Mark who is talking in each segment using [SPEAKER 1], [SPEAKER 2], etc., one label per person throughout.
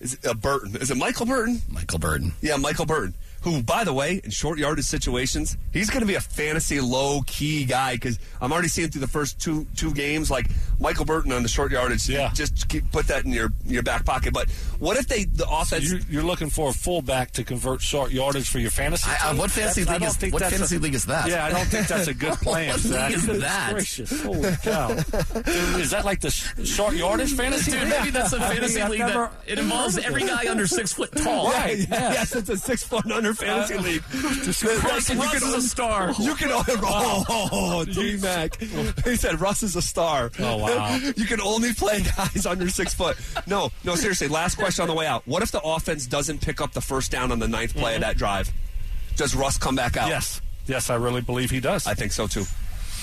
[SPEAKER 1] Is it, uh, Burton? Is it Michael Burton?
[SPEAKER 2] Michael Burton.
[SPEAKER 1] Yeah, Michael Burton. Who, by the way, in short yardage situations, he's going to be a fantasy low key guy because I'm already seeing through the first two two games like Michael Burton on the short yardage.
[SPEAKER 3] Yeah.
[SPEAKER 1] just keep, put that in your your back pocket. But what if they the offense?
[SPEAKER 3] You're, you're looking for a fullback to convert short yardage for your fantasy.
[SPEAKER 2] I- I-
[SPEAKER 3] team?
[SPEAKER 2] what fantasy
[SPEAKER 3] That's- I
[SPEAKER 2] league
[SPEAKER 3] don't
[SPEAKER 2] is-
[SPEAKER 3] think
[SPEAKER 2] what
[SPEAKER 3] that's
[SPEAKER 2] fantasy league is that?
[SPEAKER 3] Yeah, I don't think that's a good plan.
[SPEAKER 2] What
[SPEAKER 3] Zach.
[SPEAKER 2] league is
[SPEAKER 3] Goodness
[SPEAKER 2] that?
[SPEAKER 3] Gracious, holy cow! Dude, is that like the sh- short yardage fantasy?
[SPEAKER 2] Dude,
[SPEAKER 3] league?
[SPEAKER 2] maybe that's a
[SPEAKER 3] I mean,
[SPEAKER 2] fantasy
[SPEAKER 3] I've
[SPEAKER 2] league
[SPEAKER 3] never-
[SPEAKER 2] that it involves every guy under six foot tall.
[SPEAKER 3] Right. yes.
[SPEAKER 1] yes, it's a six foot and under fantasy league.
[SPEAKER 2] Russ,
[SPEAKER 1] you
[SPEAKER 2] Uh, Russ
[SPEAKER 1] can-
[SPEAKER 2] is a star.
[SPEAKER 1] You can only oh, D Mac. He said Russ is a star.
[SPEAKER 3] Oh, wow.
[SPEAKER 1] you can only play guys under six foot. No, no, seriously. Last question on the way out. What if the offense doesn't pick up the first down on the ninth play of that drive? Does Russ come back out?
[SPEAKER 3] Yes, yes, I really believe he does.
[SPEAKER 1] I think so too.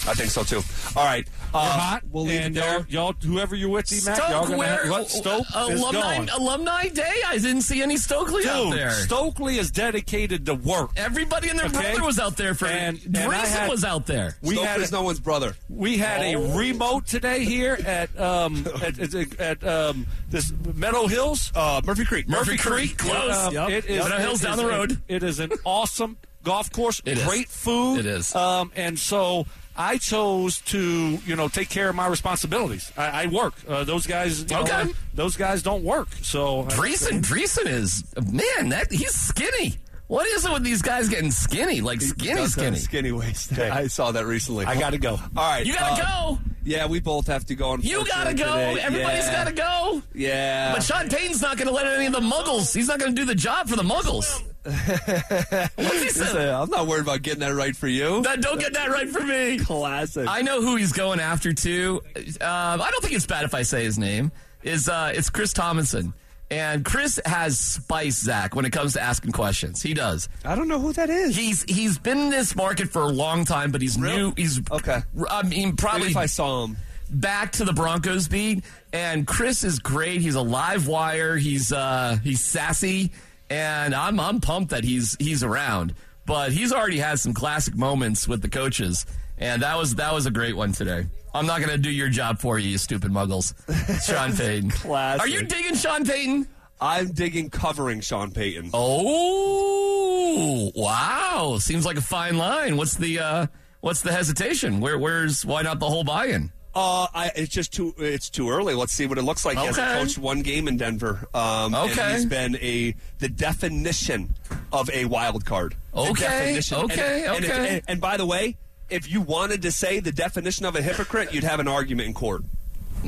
[SPEAKER 1] I think so too. All right. Uh,
[SPEAKER 3] You're hot,
[SPEAKER 1] We'll leave
[SPEAKER 3] and
[SPEAKER 1] it there.
[SPEAKER 3] y'all, y'all, whoever you're with, D-Mac, y'all
[SPEAKER 2] Stoke,
[SPEAKER 3] gonna have-
[SPEAKER 2] where?
[SPEAKER 3] what? Stoke is
[SPEAKER 2] alumni,
[SPEAKER 3] gone.
[SPEAKER 2] alumni Day? I didn't see any Stokely out
[SPEAKER 3] Dude,
[SPEAKER 2] there.
[SPEAKER 3] Stokely is dedicated to work.
[SPEAKER 2] Everybody and their
[SPEAKER 3] Okay.
[SPEAKER 2] brother was out there for
[SPEAKER 3] And- and I
[SPEAKER 2] Dreesen
[SPEAKER 3] had-
[SPEAKER 2] was out there.
[SPEAKER 3] We
[SPEAKER 1] Stokely's
[SPEAKER 3] had a-
[SPEAKER 1] no one's brother.
[SPEAKER 3] We had a remote today here at um, at, at, at um, this Meadow Hills.
[SPEAKER 1] Uh, Murphy Creek.
[SPEAKER 2] Murphy Creek, close.
[SPEAKER 3] Um,
[SPEAKER 2] Yep.
[SPEAKER 3] It is
[SPEAKER 2] Meadow Hills
[SPEAKER 3] it
[SPEAKER 2] down
[SPEAKER 3] is
[SPEAKER 2] the
[SPEAKER 3] a-
[SPEAKER 2] road.
[SPEAKER 3] it is an awesome golf course.
[SPEAKER 2] It is.
[SPEAKER 3] great food.
[SPEAKER 2] It is.
[SPEAKER 3] Um, and so I chose to you know take care of my responsibilities. I, I work. Uh, those guys. you know,
[SPEAKER 2] Okay.
[SPEAKER 3] those guys don't work. So uh, I-
[SPEAKER 2] Dreesen, Dreesen is man. That he's skinny. What is it with these guys getting skinny? Like skinny,
[SPEAKER 1] Does have
[SPEAKER 2] skinny.
[SPEAKER 1] Skinny waist.
[SPEAKER 3] Okay.
[SPEAKER 1] I saw that recently.
[SPEAKER 3] I got to go.
[SPEAKER 1] All right.
[SPEAKER 2] You gotta
[SPEAKER 1] uh,
[SPEAKER 2] go.
[SPEAKER 1] Yeah, we both have to go.
[SPEAKER 2] You gotta
[SPEAKER 1] unfortunately,
[SPEAKER 2] go.
[SPEAKER 1] today.
[SPEAKER 2] Everybody's
[SPEAKER 1] yeah.
[SPEAKER 2] gotta go.
[SPEAKER 1] Yeah.
[SPEAKER 2] But Sean Payton's not gonna let any of the Muggles. He's not gonna do the job for the Muggles. What's he
[SPEAKER 1] Listen,
[SPEAKER 2] say?
[SPEAKER 1] I'm not worried about getting that right for you.
[SPEAKER 2] That- don't get that right for me.
[SPEAKER 1] Classic.
[SPEAKER 2] I know who he's going after too. Um, I don't think it's bad if I say his name. Is uh, it's Chris Tomlinson, and Chris has spice, Zach, when it comes to asking questions. He does.
[SPEAKER 1] I don't know who that is.
[SPEAKER 2] He's he's been in this market for a long time, but he's
[SPEAKER 1] Really?
[SPEAKER 2] new. He's
[SPEAKER 1] Okay.
[SPEAKER 2] I mean,
[SPEAKER 1] Maybe
[SPEAKER 2] probably
[SPEAKER 1] if I saw him.
[SPEAKER 2] back to the Broncos beat. And Chris is great. He's a live wire. He's uh he's sassy, and I'm I'm pumped that he's he's around. But he's already had some classic moments with the coaches, and that was that was a great one today. I'm not gonna do your job for you, you stupid muggles. Sean Payton.
[SPEAKER 1] Classic.
[SPEAKER 2] Are you digging Sean Payton?
[SPEAKER 1] I'm digging covering Sean Payton.
[SPEAKER 2] Oh wow! Seems like a fine line. What's the uh, what's the hesitation? Where where's why not the whole buy-in?
[SPEAKER 1] Uh, I, it's just too it's too early. Let's see what it looks like. He hasn't
[SPEAKER 2] Okay.
[SPEAKER 1] coached one game in Denver. Um, and
[SPEAKER 2] Okay.
[SPEAKER 1] he's been a the definition of a wild card. The
[SPEAKER 2] Okay,
[SPEAKER 1] definition. And-
[SPEAKER 2] okay,
[SPEAKER 1] and if-
[SPEAKER 2] okay.
[SPEAKER 1] and- and by the way, if you wanted to say the definition of a hypocrite, you'd have an argument in court.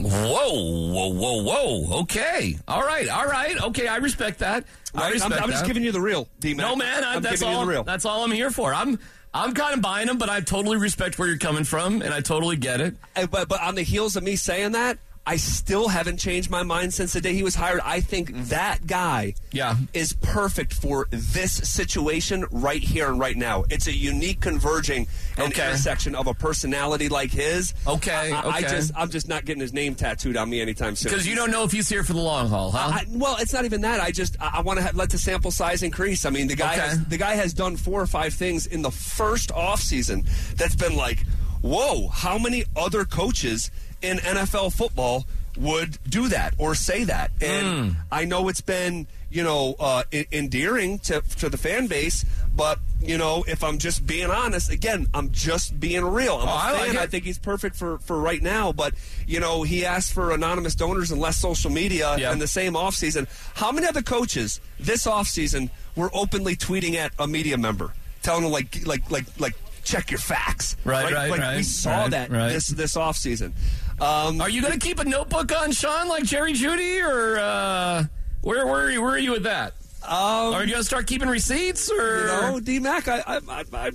[SPEAKER 2] Whoa, whoa, whoa, whoa! Okay, all right, all right. Okay, I respect that. I
[SPEAKER 1] Right? I'm,
[SPEAKER 2] respect
[SPEAKER 1] I'm just
[SPEAKER 2] that.
[SPEAKER 1] giving you the real, d
[SPEAKER 2] No, man, I,
[SPEAKER 1] I'm
[SPEAKER 2] that's
[SPEAKER 1] giving
[SPEAKER 2] all.
[SPEAKER 1] you the real.
[SPEAKER 2] That's all I'm here for. I'm I'm kind of buying them, but I totally respect where you're coming from, and I totally get it.
[SPEAKER 1] And- uh, but but on the heels of me saying that, I still haven't changed my mind since the day he was hired. I think that guy
[SPEAKER 2] Mm-hmm. Yeah.
[SPEAKER 1] is perfect for this situation right here and right now. It's a unique converging and
[SPEAKER 2] Okay.
[SPEAKER 1] intersection of a personality like his.
[SPEAKER 2] Okay,
[SPEAKER 1] I, I- I
[SPEAKER 2] okay.
[SPEAKER 1] just I'm just not getting his name tattooed on me anytime soon.
[SPEAKER 2] Because you don't know if he's here for the long haul, huh?
[SPEAKER 1] I, well, it's not even that. I just I, I want to let the sample size increase. I mean, the guy
[SPEAKER 2] Okay.
[SPEAKER 1] has, the guy has done four or five things in the first off season that's been like, whoa, how many other coaches in NFL football would do that or say that?
[SPEAKER 2] Hmm.
[SPEAKER 1] And I know it's been you know uh, e- endearing to to the fan base, but. You know, if I'm just being honest, again, I'm just being real. I'm
[SPEAKER 2] Oh, I
[SPEAKER 1] a
[SPEAKER 2] like
[SPEAKER 1] fan.
[SPEAKER 2] it.
[SPEAKER 1] I think he's perfect for, for right now. But you know, he asked for anonymous donors and less social media
[SPEAKER 2] Yeah.
[SPEAKER 1] in the same offseason. How many other coaches this offseason were openly tweeting at a media member, telling them like like like like check your facts?
[SPEAKER 2] Right, right,
[SPEAKER 1] like, We
[SPEAKER 2] right,
[SPEAKER 1] saw
[SPEAKER 2] right,
[SPEAKER 1] that
[SPEAKER 2] right.
[SPEAKER 1] this this offseason. Um,
[SPEAKER 2] Are you going to keep a notebook on Sean like Jerry Judy, or uh, where where are you, where are you with that? Um, are you going to start keeping receipts, or
[SPEAKER 1] you know, D Mac, I I, I, I,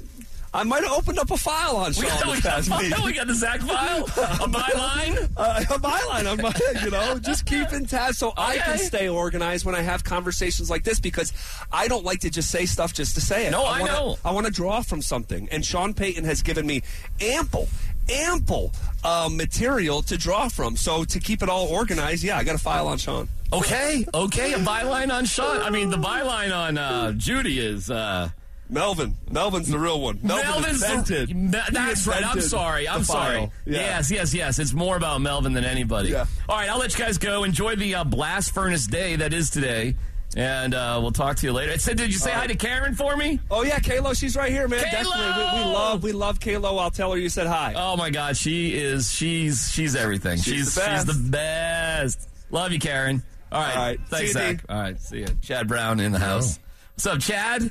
[SPEAKER 1] I might have opened up a file on Sean
[SPEAKER 2] we, got, we,
[SPEAKER 1] this
[SPEAKER 2] got,
[SPEAKER 1] past week.
[SPEAKER 2] we got the Zach file, a byline.
[SPEAKER 1] uh, on my line, on my, you know, just keeping tabs so I can
[SPEAKER 2] Okay.
[SPEAKER 1] stay organized when I have conversations like this because I don't like to just say stuff just to say it.
[SPEAKER 2] No, I
[SPEAKER 1] wanna,
[SPEAKER 2] know.
[SPEAKER 1] I want to draw from something, and Sean Payton has given me ample, ample uh, material to draw from. So to keep it all organized, yeah, I got a file on Sean.
[SPEAKER 2] Okay, okay, a byline on Sean. I mean, the byline on uh, Judy is uh,
[SPEAKER 1] Melvin. Melvin's the real one. Melvin
[SPEAKER 2] Melvin's
[SPEAKER 1] invented.
[SPEAKER 2] the, Me-
[SPEAKER 1] He
[SPEAKER 2] that's right. I'm
[SPEAKER 1] invented
[SPEAKER 2] sorry. I'm
[SPEAKER 1] the file.
[SPEAKER 2] sorry.
[SPEAKER 1] Yeah.
[SPEAKER 2] Yes, yes, yes. It's more about Melvin than anybody.
[SPEAKER 1] Yeah.
[SPEAKER 2] All right, I'll let you guys go. Enjoy the uh, blast furnace day that is today, and uh, we'll talk to you later. It said, did you say hi to Karen for me?
[SPEAKER 1] Oh yeah, Kaylo, she's right here, man.
[SPEAKER 2] Kaylo!
[SPEAKER 1] Definitely, we, we love we love Kaylo. I'll tell her you said hi.
[SPEAKER 2] Oh my God, she is. She's she's everything. She's
[SPEAKER 1] She's the
[SPEAKER 2] she's
[SPEAKER 1] best.
[SPEAKER 2] the best. Love you, Karen. All right.
[SPEAKER 1] All right.
[SPEAKER 2] Thanks,
[SPEAKER 1] See you,
[SPEAKER 2] Zach.
[SPEAKER 1] D.
[SPEAKER 2] All right. See ya. Chad Brown in the house. What's up, Chad?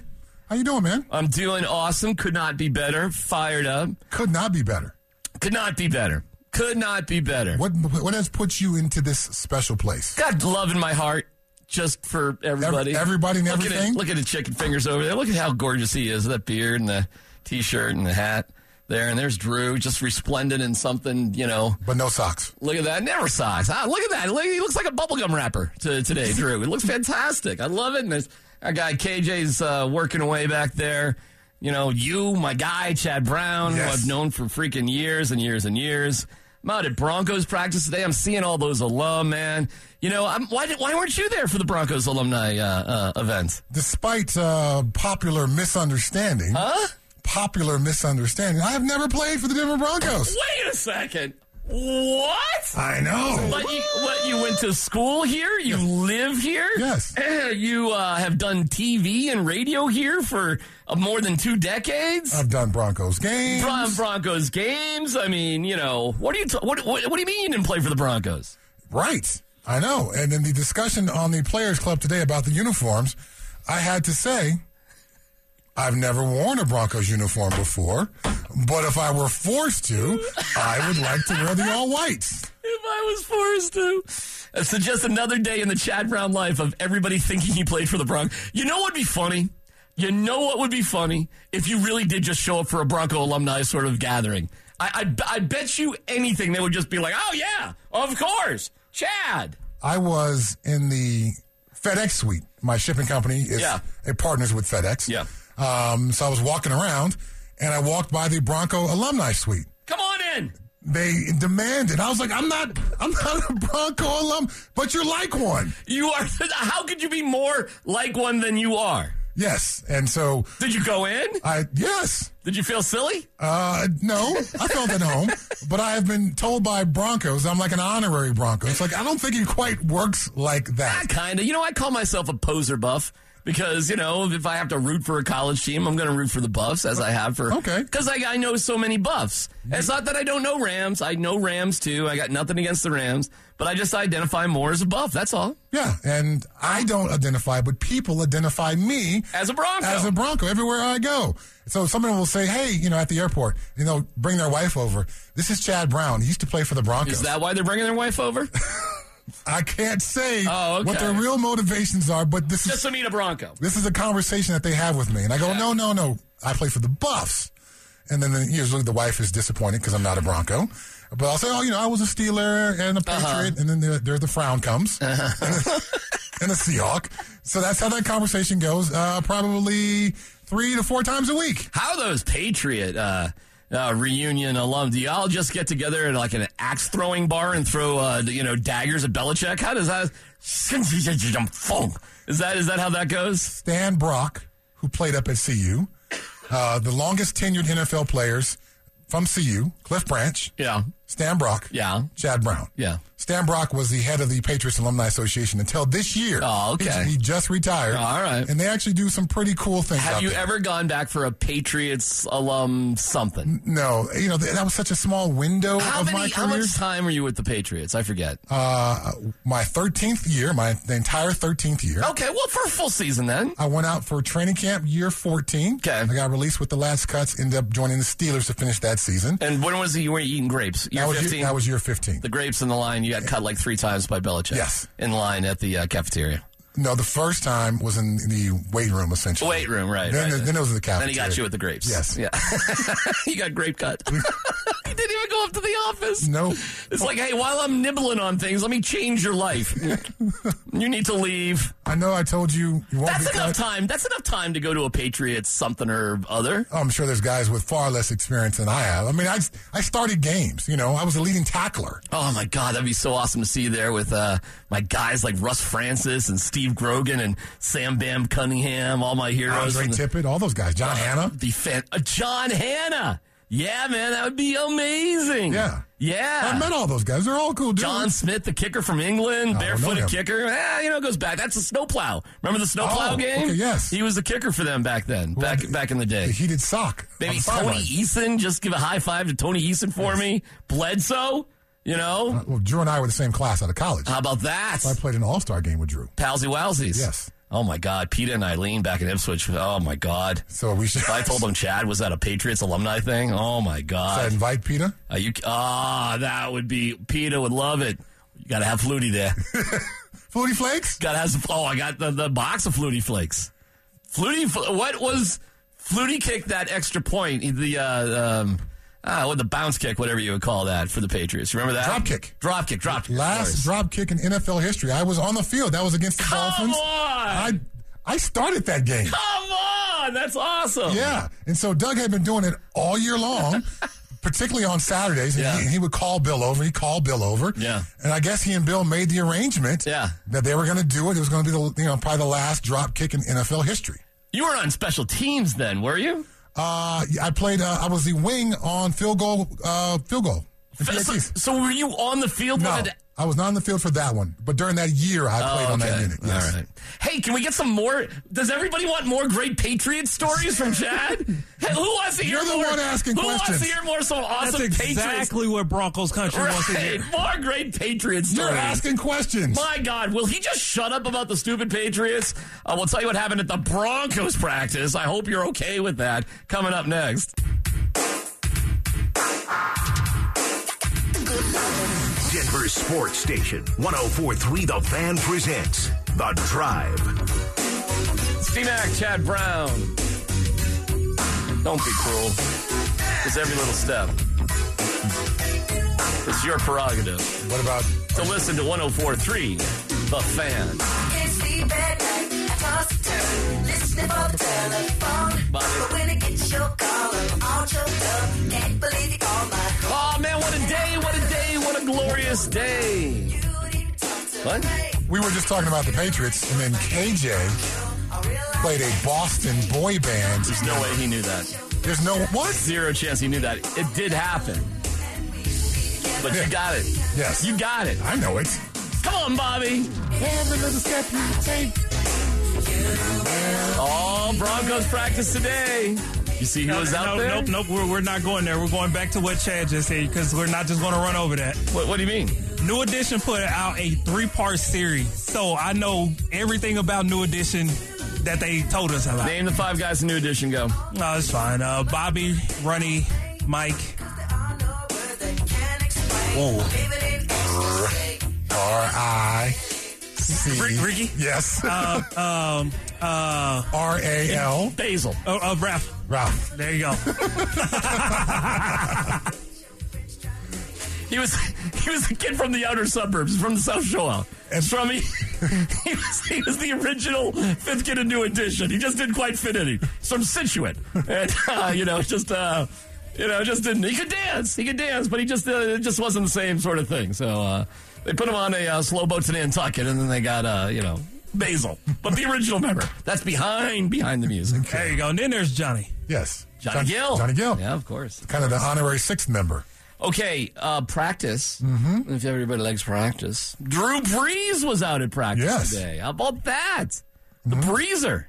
[SPEAKER 4] How you doing, man?
[SPEAKER 2] I'm doing awesome. Could not be better. Fired up.
[SPEAKER 4] Could not be better.
[SPEAKER 2] Could not be better. Could not be better.
[SPEAKER 4] What what has put you into this special place?
[SPEAKER 2] Got love in my heart just for everybody.
[SPEAKER 4] everybody and
[SPEAKER 2] look At
[SPEAKER 4] everything?
[SPEAKER 2] it, look at his chicken fingers over there. Look at how gorgeous he is. That beard and the t-shirt and the hat there. And there's Drew just resplendent in something, you know.
[SPEAKER 4] But no socks.
[SPEAKER 2] Look at that. Never socks. Ah, look at that. Look, he looks like a bubblegum wrapper to, today, Drew. It looks fantastic. I love it. And there's our guy KJ's uh, working away back there. You know, you, my guy, Chad Brown, who
[SPEAKER 4] Yes.
[SPEAKER 2] I've known for freaking years and years and years. I'm out at Broncos practice today. I'm seeing all those alum, man. You know, I'm, why, did, why weren't you there for the Broncos alumni uh, uh, event?
[SPEAKER 4] Despite uh, popular misunderstanding, huh? Popular misunderstanding. I have never played for the Denver Broncos.
[SPEAKER 2] Wait a second. What?
[SPEAKER 4] I know.
[SPEAKER 2] But you, what, you went to school here? You live here?
[SPEAKER 4] Yes.
[SPEAKER 2] Eh, You uh, have done TV and radio here for uh, more than two decades?
[SPEAKER 4] I've done Broncos games.
[SPEAKER 2] Bron- Broncos games? I mean, you know, what do you, t- what, what, what do you mean you didn't play for the Broncos?
[SPEAKER 4] Right. I know. And in the discussion on the Players Club today about the uniforms, I had to say, I've never worn a Broncos uniform before, but if I were forced to, I would like to wear the all whites.
[SPEAKER 2] If I was forced to. Uh, So just another day in the Chad Brown life of everybody thinking he played for the Broncos. You know what would be funny? You know what would be funny if you really did just show up for a Bronco alumni sort of gathering. I, I, I bet you anything they would just be like, oh, yeah, of course, Chad.
[SPEAKER 4] I was in the FedEx suite. My shipping company is
[SPEAKER 2] Yeah.
[SPEAKER 4] it partners with FedEx.
[SPEAKER 2] Yeah.
[SPEAKER 4] Um, so I was walking around and I walked by the Bronco alumni suite.
[SPEAKER 2] Come on in.
[SPEAKER 4] They demanded. I was like, I'm not I'm not a Bronco alum, but you're like one.
[SPEAKER 2] You are, how could you be more like one than you are?
[SPEAKER 4] Yes. And so
[SPEAKER 2] Did you go in?
[SPEAKER 4] I yes.
[SPEAKER 2] Did you feel silly?
[SPEAKER 4] Uh, no, I felt at home, but I have been told by Broncos I'm like an honorary Bronco. It's like I don't think it quite works like
[SPEAKER 2] I
[SPEAKER 4] that.
[SPEAKER 2] kind of. You know, I call myself a poser buff because you know if I have to root for a college team, I'm going to root for the Buffs as I have for
[SPEAKER 4] Okay.
[SPEAKER 2] Because I, I know so many Buffs. And It's not that I don't know Rams. I know Rams too. I got nothing against the Rams, but I just identify more as a Buff. That's all.
[SPEAKER 4] Yeah, and I don't identify, but people identify me
[SPEAKER 2] As a Bronco.
[SPEAKER 4] as a Bronco everywhere I go. So someone will say, "Hey, you know, at the airport, you know, bring their wife over. This is Chad Brown. He used to play for the Broncos."
[SPEAKER 2] Is that why they're bringing their wife over?
[SPEAKER 4] I can't say
[SPEAKER 2] Oh, okay.
[SPEAKER 4] what their real motivations are, but this
[SPEAKER 2] just
[SPEAKER 4] is
[SPEAKER 2] to meet a Bronco.
[SPEAKER 4] this is a conversation that they have with me, and I go, "No, no, no. I play for the Buffs." And then the, usually the wife is disappointed because I'm not a Bronco. But I'll say, "Oh, you know, I was a Steeler and a
[SPEAKER 2] Uh-huh.
[SPEAKER 4] Patriot," and then there, there the frown comes. and a Seahawk. So that's how that conversation goes. Uh, probably three to four times a week.
[SPEAKER 2] How are those Patriot uh, uh, reunion alum? Do y'all just get together at like an axe throwing bar and throw uh, you know daggers at Belichick? How does that? Is that is that how that goes?
[SPEAKER 4] Stan Brock, who played up at CU, uh, the longest tenured NFL players from CU, Cliff Branch,
[SPEAKER 2] Yeah.
[SPEAKER 4] Stan Brock,
[SPEAKER 2] Yeah.
[SPEAKER 4] Chad Brown.
[SPEAKER 2] Yeah.
[SPEAKER 4] Stan Brock was the head of the Patriots Alumni Association until this year.
[SPEAKER 2] Oh, okay.
[SPEAKER 4] He, he just retired.
[SPEAKER 2] All right.
[SPEAKER 4] And they actually do some pretty cool things.
[SPEAKER 2] Have
[SPEAKER 4] out
[SPEAKER 2] you
[SPEAKER 4] there.
[SPEAKER 2] ever gone back for a Patriots alum something?
[SPEAKER 4] No, you know th- that was such a small window
[SPEAKER 2] How
[SPEAKER 4] of my
[SPEAKER 2] many? How
[SPEAKER 4] career.
[SPEAKER 2] much time were you with the Patriots? I forget.
[SPEAKER 4] uh, my thirteenth year, my the entire thirteenth year.
[SPEAKER 2] okay, well for a full season then.
[SPEAKER 4] I went out for training camp year 14.
[SPEAKER 2] Okay.
[SPEAKER 4] I got released with the last cuts, ended up joining the Steelers to finish that season.
[SPEAKER 2] And when was it you were eating grapes? Year
[SPEAKER 4] That was,
[SPEAKER 2] fifteen.
[SPEAKER 4] year, that was year 15.
[SPEAKER 2] the grapes in the line. You got cut like three times by Belichick.
[SPEAKER 4] Yes.
[SPEAKER 2] In line at the uh, cafeteria.
[SPEAKER 4] no, the first time was in the weight room, essentially.
[SPEAKER 2] Weight room, right?
[SPEAKER 4] Then,
[SPEAKER 2] right.
[SPEAKER 4] then it was the
[SPEAKER 2] Then he
[SPEAKER 4] cafeteria.
[SPEAKER 2] got you with the grapes.
[SPEAKER 4] Yes.
[SPEAKER 2] Yeah. he got grape cut. he didn't even go up to the office.
[SPEAKER 4] Nope.
[SPEAKER 2] It's like, hey, while I'm nibbling on things, let me change your life. you need to leave.
[SPEAKER 4] I know I told you you won't
[SPEAKER 2] That's
[SPEAKER 4] be
[SPEAKER 2] enough
[SPEAKER 4] cut.
[SPEAKER 2] time. That's enough time to go to a Patriots something or other.
[SPEAKER 4] Oh, I'm sure there's guys with far less experience than I have. I mean, I, I started games. You know, I was a leading tackler.
[SPEAKER 2] Oh my God, that'd be so awesome to see you there with uh, my guys like Russ Francis and Steve Grogan and Sam Bam Cunningham, all my heroes.
[SPEAKER 4] Andre
[SPEAKER 2] from the-
[SPEAKER 4] Tippett, all those guys. John Hanna.
[SPEAKER 2] the fan, uh, John Hanna. Yeah, man, that would be amazing.
[SPEAKER 4] Yeah. I
[SPEAKER 2] yeah.
[SPEAKER 4] met all those guys. They're all cool dudes.
[SPEAKER 2] John Smith, the kicker from England,
[SPEAKER 4] Oh, I don't know
[SPEAKER 2] barefooted
[SPEAKER 4] him.
[SPEAKER 2] kicker. Ah, you know, it goes back. That's the snowplow. Remember the snowplow
[SPEAKER 4] Oh,
[SPEAKER 2] game?
[SPEAKER 4] okay, yes.
[SPEAKER 2] he was the kicker for them back then. Back
[SPEAKER 4] the-
[SPEAKER 2] back in the
[SPEAKER 4] the
[SPEAKER 2] day.
[SPEAKER 4] heated sock. on
[SPEAKER 2] Maybe
[SPEAKER 4] the
[SPEAKER 2] Tony
[SPEAKER 4] sideline.
[SPEAKER 2] Eason. Just give a high five to Tony Eason for me. Bledsoe. You know,
[SPEAKER 4] Well, Drew and I were the same class out of college.
[SPEAKER 2] how about that?
[SPEAKER 4] I played an all star game with Drew.
[SPEAKER 2] Palsy Wowsies.
[SPEAKER 4] Yes.
[SPEAKER 2] Oh my God, Peter and Eileen back in Ipswich. Oh my God.
[SPEAKER 4] So we should.
[SPEAKER 2] If I told them Chad was at a Patriots alumni thing, oh my God.
[SPEAKER 4] I invite Peter.
[SPEAKER 2] Are you? Ah, that would be. Peter would love it. You got to have Flutie there.
[SPEAKER 4] Flutie Flakes?
[SPEAKER 2] got to have some. Oh, I got the, the box of Flutie flakes. Flutie. Fl- What was Flutie kicked that extra point? The uh, um, ah, what the bounce kick, whatever you would call that for the Patriots. Remember that
[SPEAKER 4] Drop kick.
[SPEAKER 2] Drop kick. Drop kick.
[SPEAKER 4] Last
[SPEAKER 2] Sorry.
[SPEAKER 4] drop kick in NFL history. I was on the field. That was against the
[SPEAKER 2] Come
[SPEAKER 4] Dolphins.
[SPEAKER 2] on.
[SPEAKER 4] I I started that game.
[SPEAKER 2] Come on. That's awesome.
[SPEAKER 4] Yeah. And so Doug had been doing it all year long, particularly on Saturdays. And
[SPEAKER 2] Yeah.
[SPEAKER 4] he, he would call Bill over. He called Bill over.
[SPEAKER 2] Yeah.
[SPEAKER 4] And I guess he and Bill made the arrangement
[SPEAKER 2] Yeah.
[SPEAKER 4] that they were going to do it. It was going to be the you know probably the last drop kick in NFL history.
[SPEAKER 2] You were on special teams then, were you?
[SPEAKER 4] Uh, I played. Uh, I was the wing on field goal. Uh, field goal. in
[SPEAKER 2] So,
[SPEAKER 4] PATs.
[SPEAKER 2] so were you on the field?
[SPEAKER 4] No,
[SPEAKER 2] with it?
[SPEAKER 4] I was not on the field for that one. But during that year, I played on that unit. Yes.
[SPEAKER 2] Oh, All right. Hey, can we get some more? Does everybody want more great Patriot stories from Chad? hey, who wants to hear
[SPEAKER 4] You're the
[SPEAKER 2] more?
[SPEAKER 4] one asking
[SPEAKER 2] who wants to
[SPEAKER 4] questions.
[SPEAKER 2] hear more some
[SPEAKER 5] That's
[SPEAKER 2] awesome Patriots?
[SPEAKER 5] exactly what Broncos country wants to
[SPEAKER 2] Right,
[SPEAKER 5] hear.
[SPEAKER 2] more great Patriot
[SPEAKER 4] You're
[SPEAKER 2] stories.
[SPEAKER 4] asking questions.
[SPEAKER 2] My God, will he just shut up about the stupid Patriots? Uh, we'll tell you what happened at the Broncos practice. I hope you're okay with that. Coming up next.
[SPEAKER 6] Denver Sports Station 1043 The Fan presents The Drive.
[SPEAKER 2] Steve Mack, Chad Brown. Don't be cruel. It's every little step. It's your prerogative.
[SPEAKER 4] What about
[SPEAKER 2] to listen to 1043 The Fan.
[SPEAKER 7] Can't sleep at night, I toss and turn, listening for the telephone.
[SPEAKER 2] Bobby.
[SPEAKER 7] But when I get your call, I'm all choked up. Can't believe you called my home.
[SPEAKER 2] Oh man, what a day, what a day, what a glorious day.
[SPEAKER 7] You don't even talk to
[SPEAKER 2] What?
[SPEAKER 7] me.
[SPEAKER 4] we were just talking about the Patriots, and then KJ
[SPEAKER 7] I realize
[SPEAKER 4] played a Boston boy band.
[SPEAKER 2] There's no way he knew that.
[SPEAKER 4] There's no what?
[SPEAKER 2] Zero chance he knew that. It did happen. But you got it.
[SPEAKER 4] Yes.
[SPEAKER 2] You got it.
[SPEAKER 4] I know it.
[SPEAKER 2] Come on, Bobby.
[SPEAKER 4] Every little step you take.
[SPEAKER 2] All Broncos practice today. You see who was out
[SPEAKER 5] no,
[SPEAKER 2] there?
[SPEAKER 5] Nope, nope. We're, we're not going there. We're going back to what Chad just said because we're not just going to run over that.
[SPEAKER 2] What, what do you mean?
[SPEAKER 5] New Edition put out a three part series, so I know everything about New Edition that they told us about.
[SPEAKER 2] Name the five guys in New Edition. Go.
[SPEAKER 5] No, it's fine. Uh, Bobby, Runny, Mike.
[SPEAKER 7] that I know words they can't explain.
[SPEAKER 5] Whoa.
[SPEAKER 7] Leave it in ecstasy.
[SPEAKER 4] R I C.
[SPEAKER 5] Rick- Ricky?
[SPEAKER 4] Yes.
[SPEAKER 5] Um, uh,
[SPEAKER 4] R A L.
[SPEAKER 2] Basil.
[SPEAKER 5] uh, uh, Ralph.
[SPEAKER 4] Ralph.
[SPEAKER 5] There you go.
[SPEAKER 2] He was he was a kid from the outer suburbs, from the South Shore.
[SPEAKER 4] And-
[SPEAKER 2] It's from he, he, was, he was the original fifth kid in New Edition. He just didn't quite fit in. He- He's from Situate, and uh, you know, just uh, you know, just didn't. He could dance, he could dance, but he just uh, it just wasn't the same sort of thing. So uh, they put him on a uh, slow boat to Nantucket, and then they got uh, you know Basil, but the original member. That's behind behind the music.
[SPEAKER 5] There you go. And then there's Johnny.
[SPEAKER 4] Yes.
[SPEAKER 2] Johnny
[SPEAKER 4] John-
[SPEAKER 2] Gill,
[SPEAKER 4] Johnny Gill.
[SPEAKER 2] yeah, of course.
[SPEAKER 4] Kind of the honorary sixth member.
[SPEAKER 2] Okay, uh, practice. Mm-hmm. If everybody likes practice, Drew Brees was out at practice
[SPEAKER 4] Yes.
[SPEAKER 2] today. How about that? The Breezer.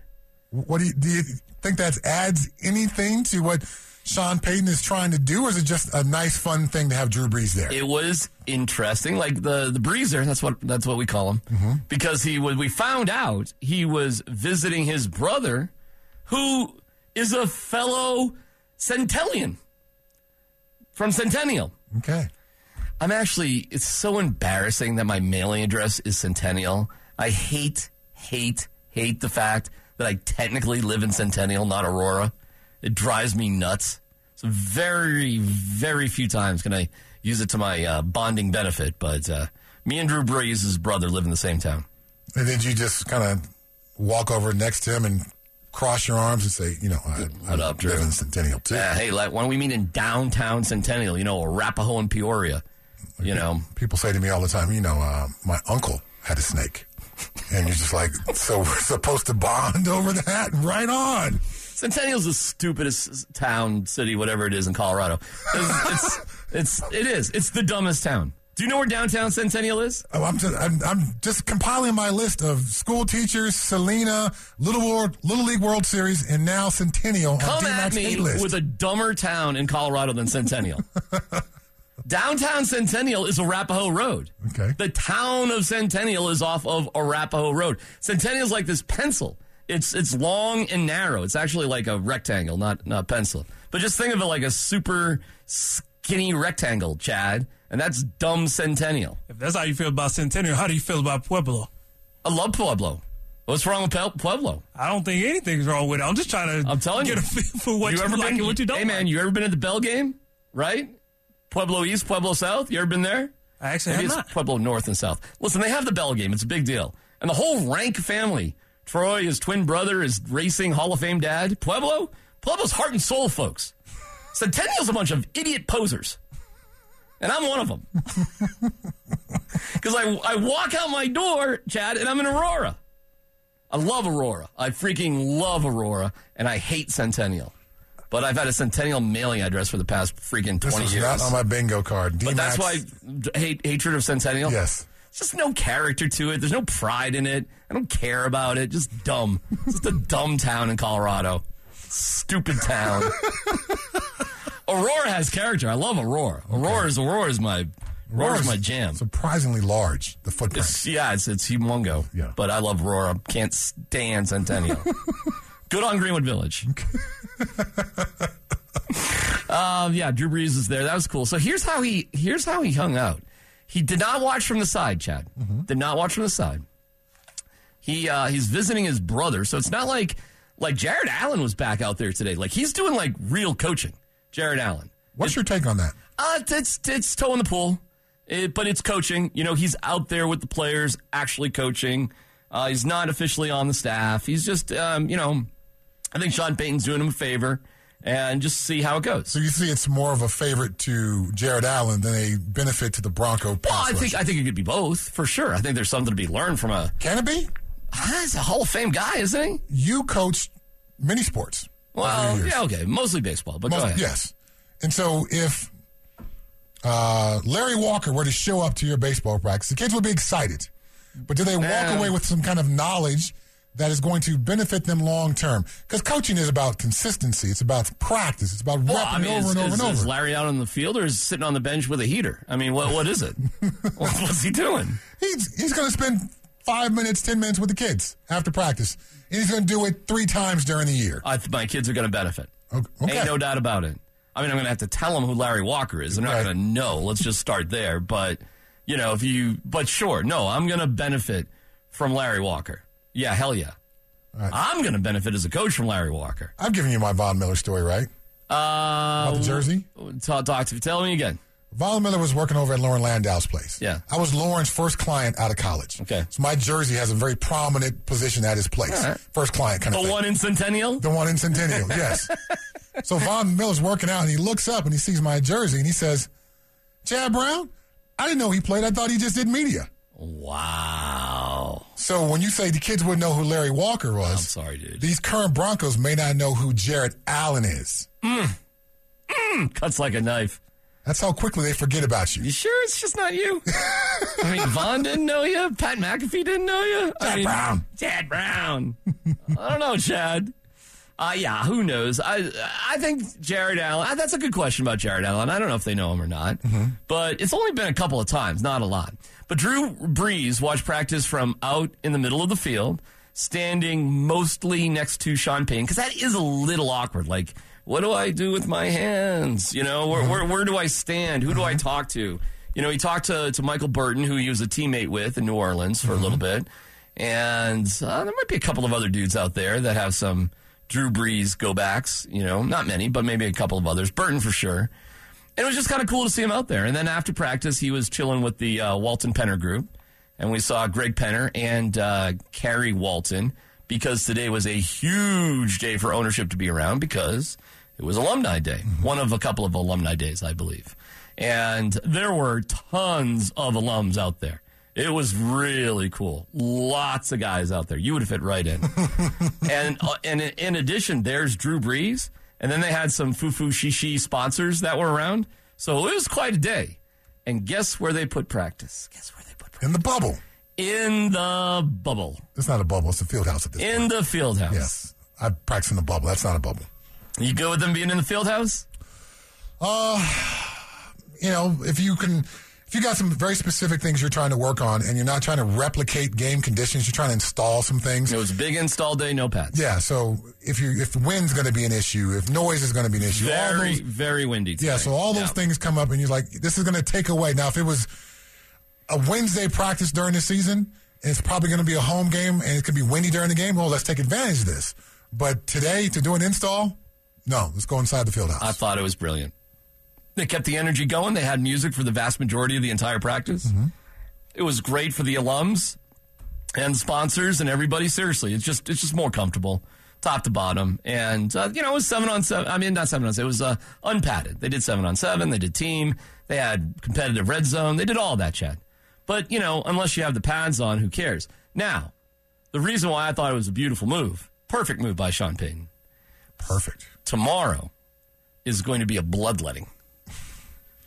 [SPEAKER 4] What do you, do you think that adds anything to what Sean Payton is trying to do, or is it just a nice, fun thing to have Drew Brees there?
[SPEAKER 2] It was interesting. Like the the Breezer. That's what that's what we call him mm-hmm. because he was. We found out he was visiting his brother, who is a fellow Centennial from Centennial.
[SPEAKER 4] okay.
[SPEAKER 2] I'm actually, it's so embarrassing that my mailing address is Centennial. I hate, hate, hate the fact that I technically live in Centennial, not Aurora. It drives me nuts. So very, very few times can I use it to my uh, bonding benefit. But uh, me and Drew Brees, his brother, live in the same town.
[SPEAKER 4] And then you just kind of walk over next to him and cross your arms and say, you know, I, I
[SPEAKER 2] What up,
[SPEAKER 4] live
[SPEAKER 2] Drew?
[SPEAKER 4] in Centennial too.
[SPEAKER 2] Uh, hey, like, why don't we meet in downtown Centennial? You know, Arapahoe and Peoria. You know,
[SPEAKER 4] People say to me all the time, you know, uh, my uncle had a snake. And you're just like, so we're supposed to bond over that? Right on.
[SPEAKER 2] Centennial's the stupidest s- town, city, whatever it is in Colorado. It's, it's, it's it is. It's the dumbest town. Do you know where downtown Centennial is?
[SPEAKER 4] Oh, I'm just, I'm, I'm just compiling my list of school teachers, Selena, Little World, Little League World Series, and now Centennial on
[SPEAKER 2] Come at
[SPEAKER 4] D-Mac's
[SPEAKER 2] me
[SPEAKER 4] hit list.
[SPEAKER 2] with a dumber town in Colorado than Centennial. Downtown Centennial is Arapahoe Road.
[SPEAKER 4] Okay.
[SPEAKER 2] The town of Centennial is off of Arapahoe Road. Centennial's like this pencil. It's it's long and narrow. It's actually like a rectangle, not not pencil. But just think of it like a super skinny rectangle, Chad. And that's dumb Centennial.
[SPEAKER 5] If that's how you feel about Centennial, how do you feel about Pueblo?
[SPEAKER 2] I love Pueblo. What's wrong with Pel- Pueblo?
[SPEAKER 5] I don't think anything's wrong with it. I'm just trying to
[SPEAKER 2] I'm telling
[SPEAKER 5] get
[SPEAKER 2] you.
[SPEAKER 5] a feel for what you, like and what you don't
[SPEAKER 2] Hey man,
[SPEAKER 5] like.
[SPEAKER 2] you ever been at the Bell game? Right? Pueblo East, Pueblo South. You ever been there?
[SPEAKER 5] I actually
[SPEAKER 2] Maybe
[SPEAKER 5] have
[SPEAKER 2] it's
[SPEAKER 5] not.
[SPEAKER 2] Pueblo North and South. Listen, they have the Bell game. It's a big deal, and the whole Rank family. Troy, his twin brother, is racing Hall of Fame dad. Pueblo, Pueblo's heart and soul, folks. Centennial's a bunch of idiot posers, and I'm one of them. Because I I walk out my door, Chad, and I'm in Aurora. I love Aurora. I freaking love Aurora, and I hate Centennial. But I've had a Centennial mailing address for the past freaking
[SPEAKER 4] this
[SPEAKER 2] twenty
[SPEAKER 4] was
[SPEAKER 2] years.
[SPEAKER 4] not on my bingo card.
[SPEAKER 2] But
[SPEAKER 4] D-Mac's-
[SPEAKER 2] that's why d- hate, hatred of Centennial.
[SPEAKER 4] Yes.
[SPEAKER 2] It's just no character to it. There's no pride in it. I don't care about it. Just dumb. It's just a dumb town in Colorado. Stupid town. Aurora has character. I love Aurora. Aurora's Aurora's my Aurora's my jam.
[SPEAKER 4] Surprisingly large, the footprint.
[SPEAKER 2] It's- yeah, it's it's humongo.
[SPEAKER 4] Yeah.
[SPEAKER 2] But I love Aurora. Can't stand Centennial. Good on Greenwood Village. um, yeah, Drew Brees is there. That was cool. So here's how he here's how he hung out. He did not watch from the side, Chad. Did not watch from the side. He uh, he's visiting his brother, so it's not like like Jared Allen was back out there today. Like he's doing like real coaching. Jared Allen.
[SPEAKER 4] What's your take on that?
[SPEAKER 2] Uh, it's- it's it's toe in the pool, It- but it's coaching. You know, he's out there with the players, actually coaching. Uh, he's not officially on the staff. He's just, um, you know, I think Sean Payton's doing him a favor and just see how it goes.
[SPEAKER 4] So you see, it's more of a favorite to Jared Allen than a benefit to the Bronco.
[SPEAKER 2] well,
[SPEAKER 4] pass
[SPEAKER 2] I think
[SPEAKER 4] rusher.
[SPEAKER 2] I think it could be both for sure. I think there's something to be learned from a.
[SPEAKER 4] can it be?
[SPEAKER 2] He's a Hall of Fame guy, isn't he?
[SPEAKER 4] You coached many sports. over your
[SPEAKER 2] Well,
[SPEAKER 4] years.
[SPEAKER 2] yeah, okay, mostly baseball, but
[SPEAKER 4] Most-
[SPEAKER 2] go ahead.
[SPEAKER 4] yes. And so if uh, Larry Walker were to show up to your baseball practice, the kids would be excited. But do they walk
[SPEAKER 2] Um,
[SPEAKER 4] away with some kind of knowledge that is going to benefit them long term? Because coaching is about consistency. It's about practice. It's about
[SPEAKER 2] Well,
[SPEAKER 4] repping
[SPEAKER 2] I mean,
[SPEAKER 4] over
[SPEAKER 2] is,
[SPEAKER 4] and over
[SPEAKER 2] is-
[SPEAKER 4] and
[SPEAKER 2] is
[SPEAKER 4] over.
[SPEAKER 2] Larry out on the field or is he sitting on the bench with a heater? I mean, what what is it? What's he doing?
[SPEAKER 4] he's he's going to spend five minutes, ten minutes with the kids after practice, and he's going to do it three times during the year.
[SPEAKER 2] I th- my kids are going to benefit.
[SPEAKER 4] O- okay.
[SPEAKER 2] Uh, Ain't no doubt about it. I mean, I'm going to have to tell them who Larry Walker is. They're not
[SPEAKER 4] Right.
[SPEAKER 2] going to know. Let's just start there. But, you know, if you, but sure, no, I'm going to benefit from Larry Walker. Yeah, hell yeah. I'm going to benefit as a coach from Larry Walker.
[SPEAKER 4] I've given you my Von Miller story, right?
[SPEAKER 2] Uh,
[SPEAKER 4] About the jersey.
[SPEAKER 2] talk, talk to Tell me again.
[SPEAKER 4] Von Miller was working over at Lauren Landau's place.
[SPEAKER 2] Yeah.
[SPEAKER 4] I was Lauren's first client out of college.
[SPEAKER 2] Okay.
[SPEAKER 4] So my jersey has a very prominent position at his place.
[SPEAKER 2] All right.
[SPEAKER 4] First client kind
[SPEAKER 2] The
[SPEAKER 4] of thing.
[SPEAKER 2] one in Centennial?
[SPEAKER 4] The one in Centennial, yes. So Von Miller's working out and he looks up and he sees my jersey and he says, Chad Brown? I didn't know he played. I thought he just did media.
[SPEAKER 2] Wow.
[SPEAKER 4] So when you say the kids wouldn't know who Larry Walker was,
[SPEAKER 2] I'm sorry, dude.
[SPEAKER 4] these current Broncos may not know who Jared Allen is.
[SPEAKER 2] Cuts like a knife.
[SPEAKER 4] That's how quickly they forget about you.
[SPEAKER 2] You sure it's just not you? I mean, Vaughn didn't know you. Pat McAfee didn't know you. I
[SPEAKER 4] Chad
[SPEAKER 2] mean,
[SPEAKER 4] Brown.
[SPEAKER 2] Chad Brown. I don't know, Chad. Uh, yeah, who knows? I I think Jared Allen. uh, That's a good question about Jared Allen. I don't know if they know him or not, but it's only been a couple of times, not a lot. But Drew Brees watched practice from out in the middle of the field, standing mostly next to Sean Payne because that is a little awkward. Like, what do I do with my hands? You know, where where, where do I stand? Who do I talk to? You know, he talked to to Michael Burton, who he was a teammate with in New Orleans for a little bit. And uh, there might be a couple of other dudes out there that have some Drew Brees go backs, you know, not many, but maybe a couple of others. Burton for sure. And it was just kind of cool to see him out there. And then after practice, he was chilling with the uh, Walton Penner group. And we saw Greg Penner and uh, Carrie Walton because today was a huge day for ownership to be around because it was Alumni Day, one of a couple of alumni days, I believe. And there were tons of alums out there. It was really cool. Lots of guys out there. You would fit right in. and uh, and in addition, there's Drew Brees, and then they had some fufu shishi sponsors that were around. So it was quite a day. And guess where they put practice? Guess where they put practice?
[SPEAKER 4] In the bubble.
[SPEAKER 2] In the bubble,
[SPEAKER 4] It's not a bubble. It's a field house at this point.
[SPEAKER 2] in the field house.
[SPEAKER 4] Yes. I practice in the bubble. That's not a bubble.
[SPEAKER 2] You go with them being in the field house?
[SPEAKER 4] You know, if you can, if you got some very specific things you're trying to work on and you're not trying to replicate game conditions, you're trying to install some things.
[SPEAKER 2] It was a big install day, no pads.
[SPEAKER 4] Yeah. So if you, if wind's going to be an issue, if noise is going to be an issue, all
[SPEAKER 2] Very,
[SPEAKER 4] those
[SPEAKER 2] very windy. Today.
[SPEAKER 4] Yeah, so all those
[SPEAKER 2] Yeah.
[SPEAKER 4] things come up, and you're like, this is going to take away. Now, if it was a Wednesday practice during the season, and it's probably going to be a home game, and it could be windy during the game. Well, let's take advantage of this. But today, to do an install, no, let's go inside the field house.
[SPEAKER 2] I thought it was brilliant. They kept the energy going. They had music for the vast majority of the entire practice. It was great for the alums and sponsors and everybody. Seriously, it's just it's just more comfortable, top to bottom. And uh, you know, it was seven on seven. I mean, not seven on seven. It was uh, unpadded. They did seven on seven. They did team. They had competitive red zone. They did all that, Chad. But you know, unless you have the pads on, who cares? Now, the reason why I thought it was a beautiful move, perfect move by Sean Payton
[SPEAKER 4] Perfect.
[SPEAKER 2] tomorrow is going to be a bloodletting.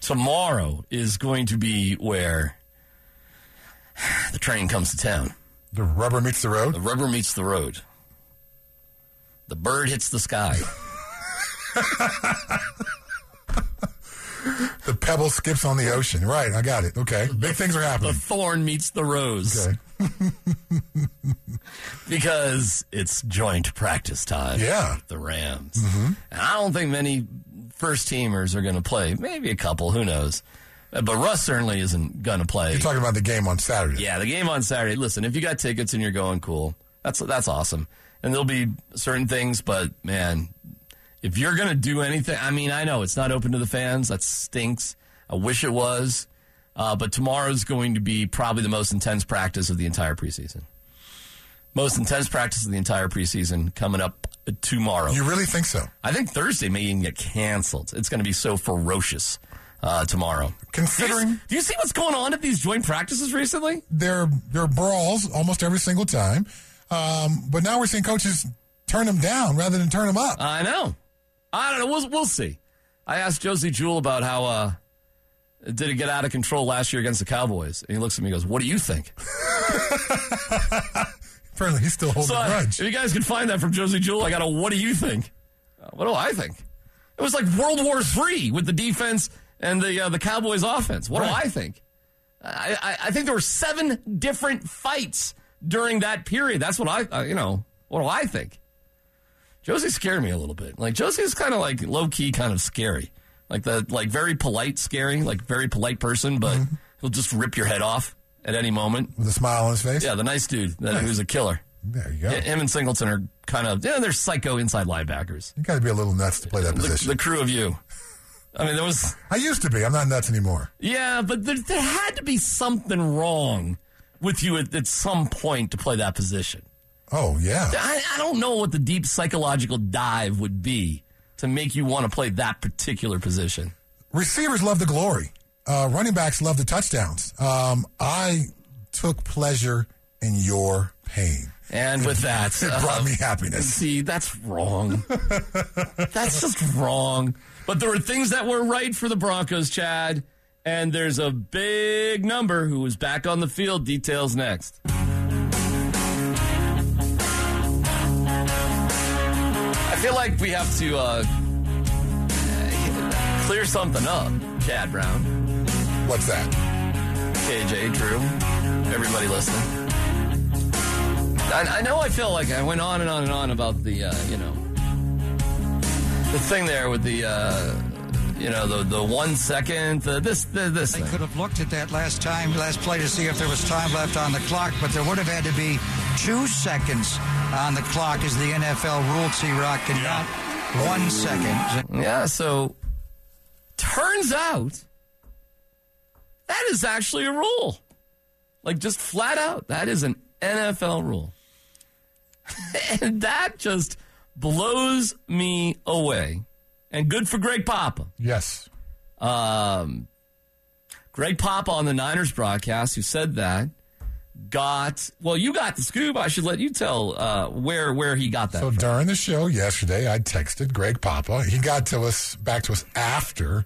[SPEAKER 2] Tomorrow is going to be where the train comes to town.
[SPEAKER 4] The rubber meets the road.
[SPEAKER 2] The rubber meets the road. The bird hits the sky.
[SPEAKER 4] The pebble skips on the ocean. Right, I got it. Okay, big things are
[SPEAKER 2] The
[SPEAKER 4] happening.
[SPEAKER 2] thorn meets the rose.
[SPEAKER 4] Okay.
[SPEAKER 2] Because it's joint practice time.
[SPEAKER 4] Yeah. Mm-hmm.
[SPEAKER 2] with The Rams. And I don't think many first teamers are going to play. Maybe a couple. Who knows? Uh, But Russ certainly isn't going to play.
[SPEAKER 4] You're talking about the game on Saturday.
[SPEAKER 2] Yeah, the game on Saturday. Listen, if you got tickets and you're going, cool. That's that's awesome. And there'll be certain things, but man, if you're gonna do anything, I mean, I know it's not open to the fans. That stinks. I wish it was, uh, but tomorrow's going to be probably the most intense practice of the entire preseason. Most intense practice of the entire preseason coming up tomorrow.
[SPEAKER 4] You really think so?
[SPEAKER 2] I think Thursday may even get canceled. It's going to be so ferocious uh, tomorrow. do
[SPEAKER 4] Considering
[SPEAKER 2] you, do you see what's going on at these joint practices recently?
[SPEAKER 4] there there are brawls almost every single time, um, but now we're seeing coaches turn them down rather than turn them up.
[SPEAKER 2] I know. I don't know. We'll, we'll see. I asked Josie Jewell about how uh, did it get out of control last year against the Cowboys, and he looks at me and goes, "What do you think?"
[SPEAKER 4] Apparently, he's still holding
[SPEAKER 2] So
[SPEAKER 4] a
[SPEAKER 2] I, if
[SPEAKER 4] grudge.
[SPEAKER 2] you guys can find that from Josie Jewell, I got a "What do you think?" Uh, what do I think? It was like World War III with the defense and the uh, the Cowboys offense. What do I think? I, I I think there were seven different fights during that period. That's what I uh, you know. What do I think? Josie scared me a little bit. Like Josie is kind of like low key, kind of scary. Like the like very polite, scary, like very polite person, but he'll just rip your head off at any moment.
[SPEAKER 4] with a smile on his face.
[SPEAKER 2] Yeah, the nice dude that who's a killer.
[SPEAKER 4] There you go.
[SPEAKER 2] Yeah, Him and Singleton are kind of yeah, they're psycho inside linebackers.
[SPEAKER 4] You got to be a little nuts to play that
[SPEAKER 2] The,
[SPEAKER 4] position.
[SPEAKER 2] the crew of you. I mean, there was
[SPEAKER 4] I used to be. I'm not nuts anymore.
[SPEAKER 2] yeah, but there, there had to be something wrong with you at, at some point to play that position.
[SPEAKER 4] Oh yeah.
[SPEAKER 2] I, I don't know what the deep psychological dive would be to make you want to play that particular position.
[SPEAKER 4] Receivers love the glory. Uh, running backs love the touchdowns. Um, I took pleasure in your pain.
[SPEAKER 2] And with that,
[SPEAKER 4] It
[SPEAKER 2] uh,
[SPEAKER 4] brought me happiness.
[SPEAKER 2] see, that's wrong. that's just wrong. But there were things that were right for the Broncos, Chad. And there's a big number who was back on the field. Details next. I feel like we have to uh, clear something up, Chad Brown.
[SPEAKER 4] What's that?
[SPEAKER 2] KJ, Drew, everybody listening. I, I know I feel like I went on and on and on about the, uh, you know, the thing there with the, uh, you know, the the one second, the, this, the, this.
[SPEAKER 8] They
[SPEAKER 2] Thing.
[SPEAKER 8] could have looked at that last time, last play to see if there was time left on the clock, but there would have had to be two seconds on the clock as the
[SPEAKER 4] Mm-hmm.
[SPEAKER 8] NFL ruled T Rock and not one second.
[SPEAKER 2] Yeah, so t- Turns out that is actually a rule. Like, just flat out, that is an NFL rule. and that just blows me away. And good for Greg Papa.
[SPEAKER 4] Yes.
[SPEAKER 2] Um, Greg Papa on the Niners broadcast, who said that, got well. You got the scoop. I should let you tell uh, where where he got that.
[SPEAKER 4] So
[SPEAKER 2] from.
[SPEAKER 4] during the show yesterday, I texted Greg Papa. He got to us back to us after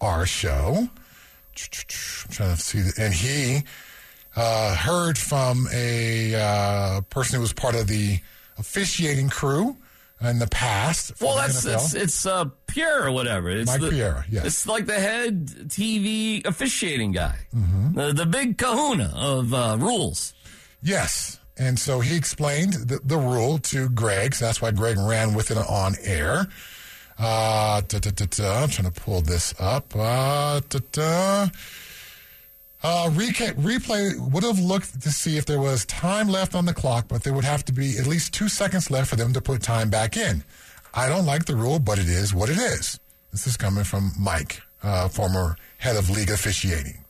[SPEAKER 4] our show. I'm trying to see, the, and he uh, heard from a uh, person who was part of the officiating crew in the past. for
[SPEAKER 2] Well,
[SPEAKER 4] the
[SPEAKER 2] that's
[SPEAKER 4] NFL.
[SPEAKER 2] it's, it's uh, Pierre or whatever. It's
[SPEAKER 4] Mike
[SPEAKER 2] the,
[SPEAKER 4] Pierre, yes.
[SPEAKER 2] It's like the head TV officiating guy, the, the big Kahuna of uh, rules.
[SPEAKER 4] Yes. And so he explained the, the rule to Greg. So that's why Greg ran with it on air. Uh, da, da, da, da. I'm trying to pull this up. Uh, da, da. Uh, reca- replay would have looked to see if there was time left on the clock, but there would have to be at least two seconds left for them to put time back in. I don't like the rule, but it is what it is. This is coming from Mike, uh, former head of league officiating.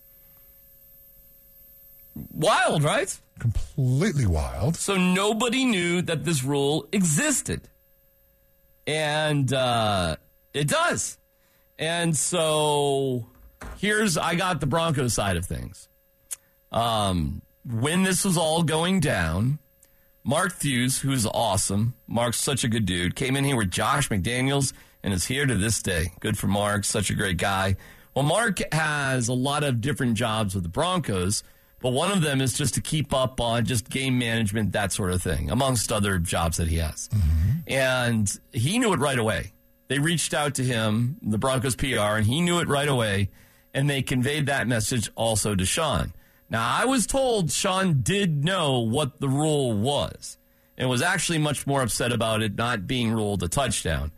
[SPEAKER 2] Wild, right?
[SPEAKER 4] Completely wild.
[SPEAKER 2] So nobody knew that this rule existed. And uh, it does. And so here's, I got the Broncos side of things. Um, when this was all going down, Mark Thews, who's awesome, Mark's such a good dude, came in here with Josh McDaniels and is here to this day. Good for Mark, such a great guy. Well, Mark has a lot of different jobs with the Broncos, but one of them is just to keep up on just game management, that sort of thing, amongst other jobs that he has. And he knew it right away. They reached out to him, the Broncos PR, and he knew it right away. And they conveyed that message also to Sean. Now, I was told Sean did know what the rule was and was actually much more upset about it not being ruled a touchdown.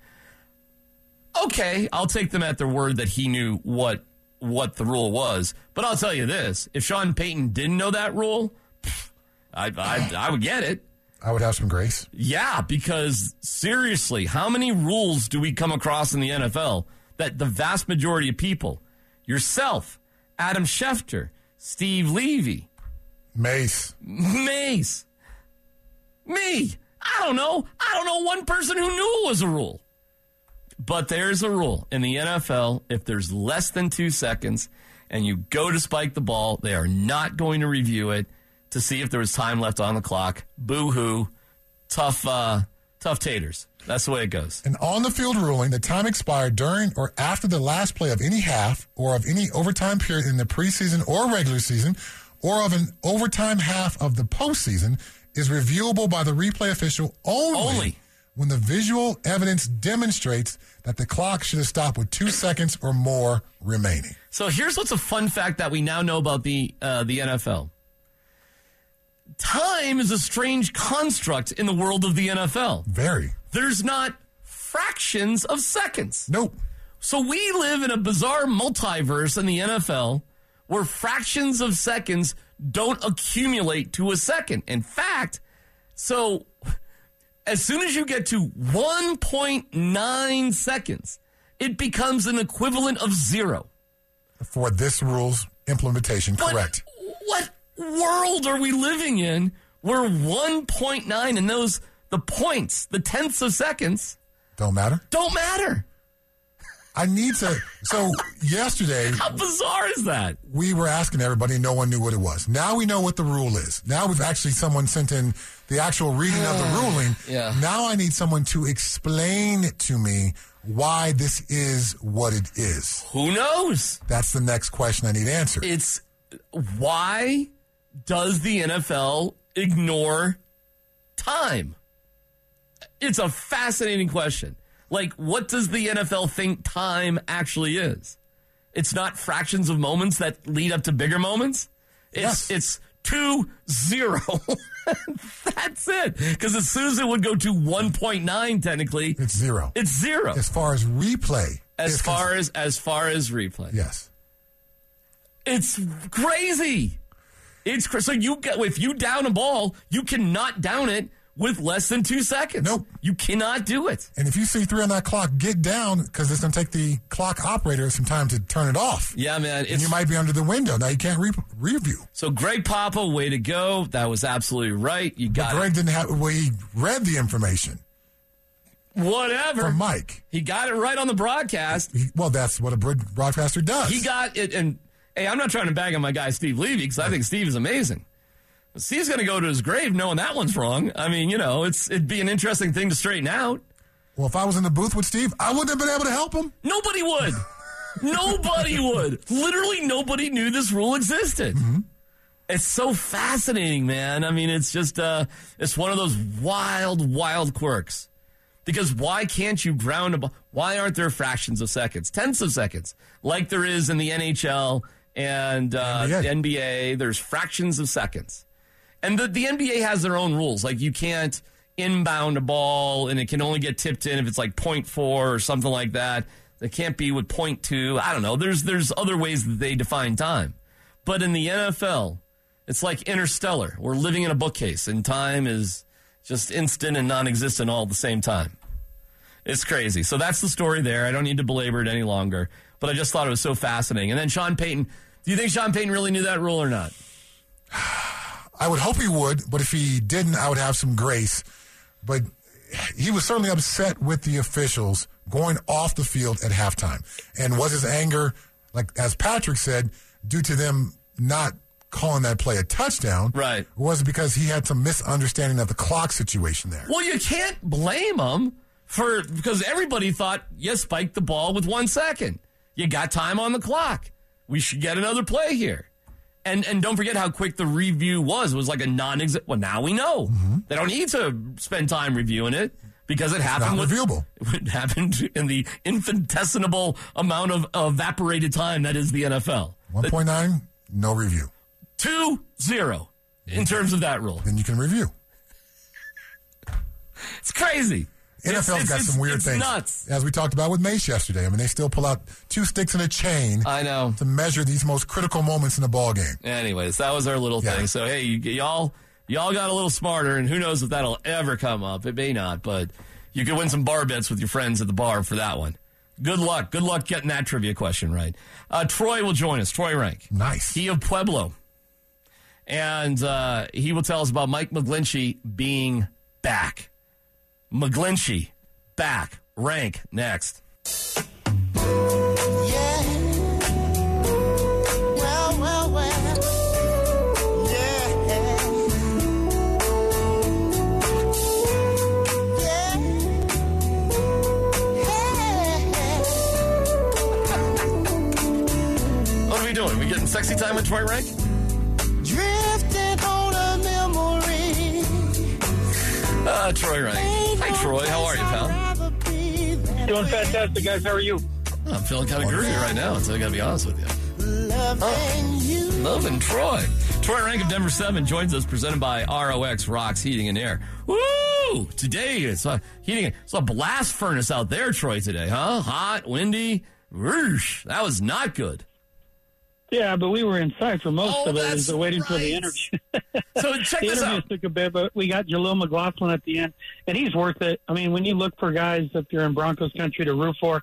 [SPEAKER 2] Okay, I'll take them at their word that he knew what what the rule was. But I'll tell you this if Sean Payton didn't know that rule, pff, I, I, I would get it.
[SPEAKER 4] I would have some grace.
[SPEAKER 2] Yeah, because seriously, how many rules do we come across in the NFL that the vast majority of people, yourself, Adam Schefter, Steve Levy,
[SPEAKER 4] Mace.
[SPEAKER 2] Mace, me, I don't know. I don't know one person who knew it was a rule. But there's a rule in the NFL if there's less than two seconds and you go to spike the ball, they are not going to review it to see if there was time left on the clock. Boo hoo. Tough, uh, tough taters. That's the way it goes.
[SPEAKER 4] An on the field ruling that time expired during or after the last play of any half or of any overtime period in the preseason or regular season or of an overtime half of the postseason is reviewable by the replay official only,
[SPEAKER 2] Only.
[SPEAKER 4] when the visual evidence demonstrates that the clock should have stopped with two seconds or more remaining.
[SPEAKER 2] So here's what's a fun fact that we now know about the uh, the NFL. Time is a strange construct in the world of the NFL.
[SPEAKER 4] Very.
[SPEAKER 2] There's not fractions of seconds.
[SPEAKER 4] Nope.
[SPEAKER 2] So we live in a bizarre multiverse in the NFL where fractions of seconds don't accumulate to a second. In fact, so as soon as you get to 1.9 seconds, it becomes an equivalent of zero.
[SPEAKER 4] For this rule's implementation,
[SPEAKER 2] What-
[SPEAKER 4] correct.
[SPEAKER 2] What world are we living in where 1.9 and those, the points, the tenths of seconds,
[SPEAKER 4] Don't matter.
[SPEAKER 2] don't matter?
[SPEAKER 4] I need to. So, yesterday,
[SPEAKER 2] How bizarre is that?
[SPEAKER 4] we were asking everybody, no one knew what it was. Now we know what the rule is. Now we've actually someone sent in the actual reading of the ruling.
[SPEAKER 2] Yeah.
[SPEAKER 4] Now I need someone to explain to me why this is what it is.
[SPEAKER 2] Who knows?
[SPEAKER 4] That's the next question I need answered.
[SPEAKER 2] It's why does the NFL ignore time? It's a fascinating question. Like, what does the NFL think time actually is? It's not fractions of moments that lead up to bigger moments. It's
[SPEAKER 4] Yes.
[SPEAKER 2] it's two zero. That's it. Because as soon as it would go to one point nine, technically,
[SPEAKER 4] It's zero.
[SPEAKER 2] it's zero.
[SPEAKER 4] as far as replay.
[SPEAKER 2] as
[SPEAKER 4] is
[SPEAKER 2] far as as far as replay,
[SPEAKER 4] concerned. yes.
[SPEAKER 2] it's crazy. It's cra- so you get if you down a ball, you cannot down it with less than two seconds.
[SPEAKER 4] Nope.
[SPEAKER 2] You cannot do it.
[SPEAKER 4] And if you see three on that clock, get down because it's going to take the clock operator some time to turn it off.
[SPEAKER 2] Yeah, man.
[SPEAKER 4] And you
[SPEAKER 2] it's-
[SPEAKER 4] might be under the window. Now you can't re- review.
[SPEAKER 2] so Greg Papa, way to go. That was absolutely right. You got
[SPEAKER 4] Greg didn't have, well, he read the information
[SPEAKER 2] it. Whatever.
[SPEAKER 4] from Mike.
[SPEAKER 2] he got it right on the broadcast.
[SPEAKER 4] He- well, that's what a broad- broadcaster does.
[SPEAKER 2] He got it, and hey, I'm not trying to bag on my guy Steve Levy because I think Steve is amazing. Steve's going to go to his grave knowing that one's wrong. I mean, you know, it's it'd be an interesting thing to straighten out.
[SPEAKER 4] well, if I was in the booth with Steve, I wouldn't have been able to help him.
[SPEAKER 2] Nobody would. nobody would. Literally, nobody knew this rule existed. It's so fascinating, man. I mean, it's just uh, it's one of those wild, wild quirks. Because why can't you ground a ball? Why aren't there fractions of seconds, tenths of seconds, like there is in the NHL and uh,
[SPEAKER 4] NBA.
[SPEAKER 2] the NBA? There's fractions of seconds. And the, the NBA has their own rules. Like, you can't inbound a ball, and it can only get tipped in if it's like 0.4 or something like that. It can't be with 0.2. I don't know. There's, there's other ways that they define time. But in the NFL, it's like interstellar. We're living in a bookcase, and time is just instant and non existent all at the same time. It's crazy. So that's the story there. I don't need to belabor it any longer, but I just thought it was so fascinating. And then Sean Payton, do you think Sean Payton really knew that rule or not?
[SPEAKER 4] I would hope he would, but if he didn't, I would have some grace. But he was certainly upset with the officials going off the field at halftime. And was his anger, like as Patrick said, due to them not calling that play a touchdown?
[SPEAKER 2] Right.
[SPEAKER 4] Or was it because he had some misunderstanding of the clock situation there?
[SPEAKER 2] Well, you can't blame him for because everybody thought you spiked the ball with one second. You got time on the clock. We should get another play here. And and don't forget how quick the review was. It was like a non exit. Well, now we know
[SPEAKER 4] Mm-hmm.
[SPEAKER 2] they don't need to spend time reviewing it because it happened.
[SPEAKER 4] not
[SPEAKER 2] with-
[SPEAKER 4] reviewable.
[SPEAKER 2] It happened in the infinitesimal amount of evaporated time that is the NFL.
[SPEAKER 4] 1.9, no review.
[SPEAKER 2] Two zero in terms of that rule.
[SPEAKER 4] Then you can review.
[SPEAKER 2] It's crazy.
[SPEAKER 4] NFL's
[SPEAKER 2] It's- it's-
[SPEAKER 4] got
[SPEAKER 2] it's-
[SPEAKER 4] some weird
[SPEAKER 2] it's
[SPEAKER 4] things.
[SPEAKER 2] Nuts.
[SPEAKER 4] As we talked about with Mace yesterday. I mean, they still pull out two sticks and a chain
[SPEAKER 2] I know.
[SPEAKER 4] to measure these most critical moments in the ball game.
[SPEAKER 2] Anyways, that was our little
[SPEAKER 4] Yeah.
[SPEAKER 2] thing. So hey, you, y'all, y'all got a little smarter, and who knows if that'll ever come up? It may not, but you could win some bar bets with your friends at the bar for that one. Good luck. Good luck getting that trivia question right. Uh, Troy will join us. Troy Rank,
[SPEAKER 4] Nice.
[SPEAKER 2] he of Pueblo, and uh, he will tell us about Mike McGlinchey being back. McGlinchey back. Rank next.
[SPEAKER 7] Well, well, well. Yeah. Yeah. Hey.
[SPEAKER 2] What are we doing? We getting sexy time with Troy Rank?
[SPEAKER 7] Drifting on a memory.
[SPEAKER 2] Uh, Troy Rank. Hi, Troy. How are you, pal?
[SPEAKER 7] pal?
[SPEAKER 9] Doing fantastic, guys. How are you?
[SPEAKER 2] I'm feeling kind of groovy right now, so I gotta be honest with you.
[SPEAKER 7] Loving you.
[SPEAKER 2] Loving Troy. Troy Rank of Denver 7 joins us, presented by ROX Rocks Heating and Air. Woo! Today, it's a, heating, it's a blast furnace out there, Troy, today, huh? Hot, windy. Whoosh. That was not good.
[SPEAKER 9] Yeah, but we were inside for most
[SPEAKER 2] Oh,
[SPEAKER 9] of it
[SPEAKER 2] that's
[SPEAKER 9] as we're waiting for the
[SPEAKER 2] right.
[SPEAKER 9] interview.
[SPEAKER 2] So check
[SPEAKER 9] the
[SPEAKER 2] this
[SPEAKER 9] interview
[SPEAKER 2] out.
[SPEAKER 9] took a bit, but we got Jaleel McLaughlin at the end, and he's worth it. I mean, when you look for guys if you're in Broncos country to root for,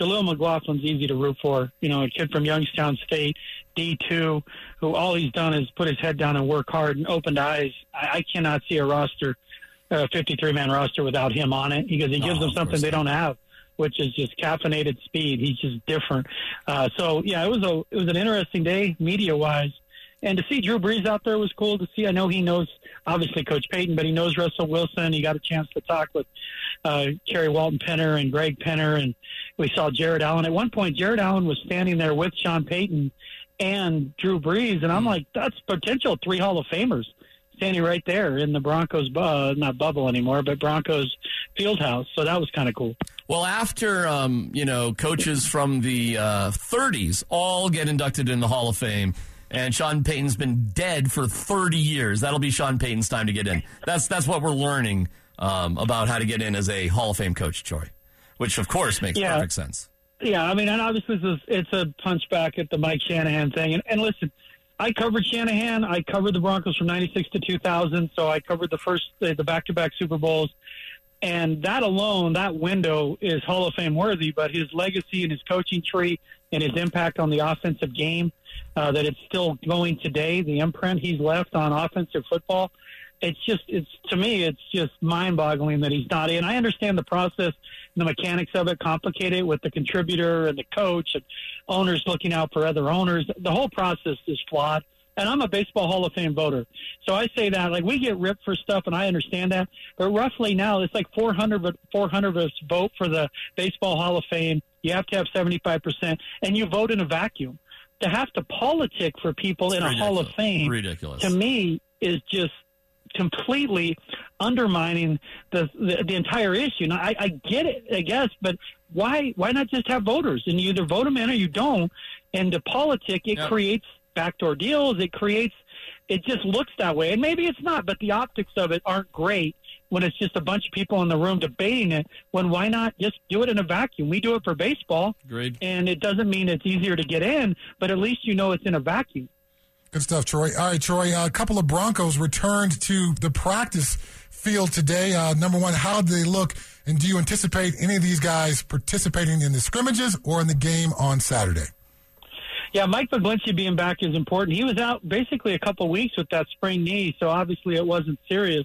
[SPEAKER 9] Jaleel McLaughlin's easy to root for. You know, a kid from Youngstown State, D2, who all he's done is put his head down and work hard and opened eyes. I, I cannot see a roster, a 53 man roster without him on it because he gives
[SPEAKER 2] Oh, of
[SPEAKER 9] them something
[SPEAKER 2] course
[SPEAKER 9] they
[SPEAKER 2] not.
[SPEAKER 9] don't have. Which is just caffeinated speed. He's just different. Uh, so yeah, it was a it was an interesting day media wise, and to see Drew Brees out there was cool to see. I know he knows obviously Coach Payton, but he knows Russell Wilson. He got a chance to talk with uh, Kerry Walton Penner and Greg Penner, and we saw Jared Allen. At one point, Jared Allen was standing there with Sean Payton and Drew Brees, and I'm like, that's potential three Hall of Famers standing right there in the Broncos, bu- uh, not bubble anymore, but Broncos Fieldhouse. So that was kind of cool.
[SPEAKER 2] Well, after um, you know, coaches from the uh, 30s all get inducted in the Hall of Fame, and Sean Payton's been dead for 30 years. That'll be Sean Payton's time to get in. That's that's what we're learning um, about how to get in as a Hall of Fame coach, Troy, which of course makes
[SPEAKER 9] Yeah.
[SPEAKER 2] perfect sense.
[SPEAKER 9] Yeah, I mean, and obviously it's a, it's a punch back at the Mike Shanahan thing. And, and listen, I covered Shanahan. I covered the Broncos from '96 to 2000. So I covered the first, the the back-to-back Super Bowls, and that alone, that window is Hall of Fame worthy. But his legacy and his coaching tree and his impact on the offensive game, uh, that it's still going today. The imprint he's left on offensive football, it's just, it's to me, it's just mind-boggling that he's not in. I understand the process, and the mechanics of it, complicated with the contributor and the coach and owners looking out for other owners. The whole process is flawed. And I'm a baseball Hall of Fame voter. So I say that, like, we get ripped for stuff, and I understand that. But roughly now, it's like 400, of- 400 of us vote for the Baseball Hall of Fame. You have to have 75%, and you vote in a vacuum. To have to politic for people in a Hall of
[SPEAKER 2] ridiculous.
[SPEAKER 9] Fame
[SPEAKER 2] Ridiculous.
[SPEAKER 9] Mm-hmm. to me is just completely undermining the the, the entire issue. Now, I, I get it, I guess, but why why not just have voters and you either vote them in or you don't? And to politic, it
[SPEAKER 2] Yeah.
[SPEAKER 9] creates backdoor deals. It creates it just looks that way, and maybe it's not, but the optics of it aren't great. When it's just a bunch of people in the room debating it, when why not just do it in a vacuum? We do it for baseball,
[SPEAKER 2] Agreed.
[SPEAKER 9] and it doesn't mean it's easier to get in, but at least you know it's in a vacuum.
[SPEAKER 4] Good stuff, Troy. All right, Troy. uh, A couple of Broncos returned to the practice field today. Uh, number one, how did they look? And do you anticipate any of these guys participating in the scrimmages or in the game on Saturday?
[SPEAKER 9] Yeah, Mike McGlinchey being back is important. He was out basically a couple weeks with that spring knee, so obviously it wasn't serious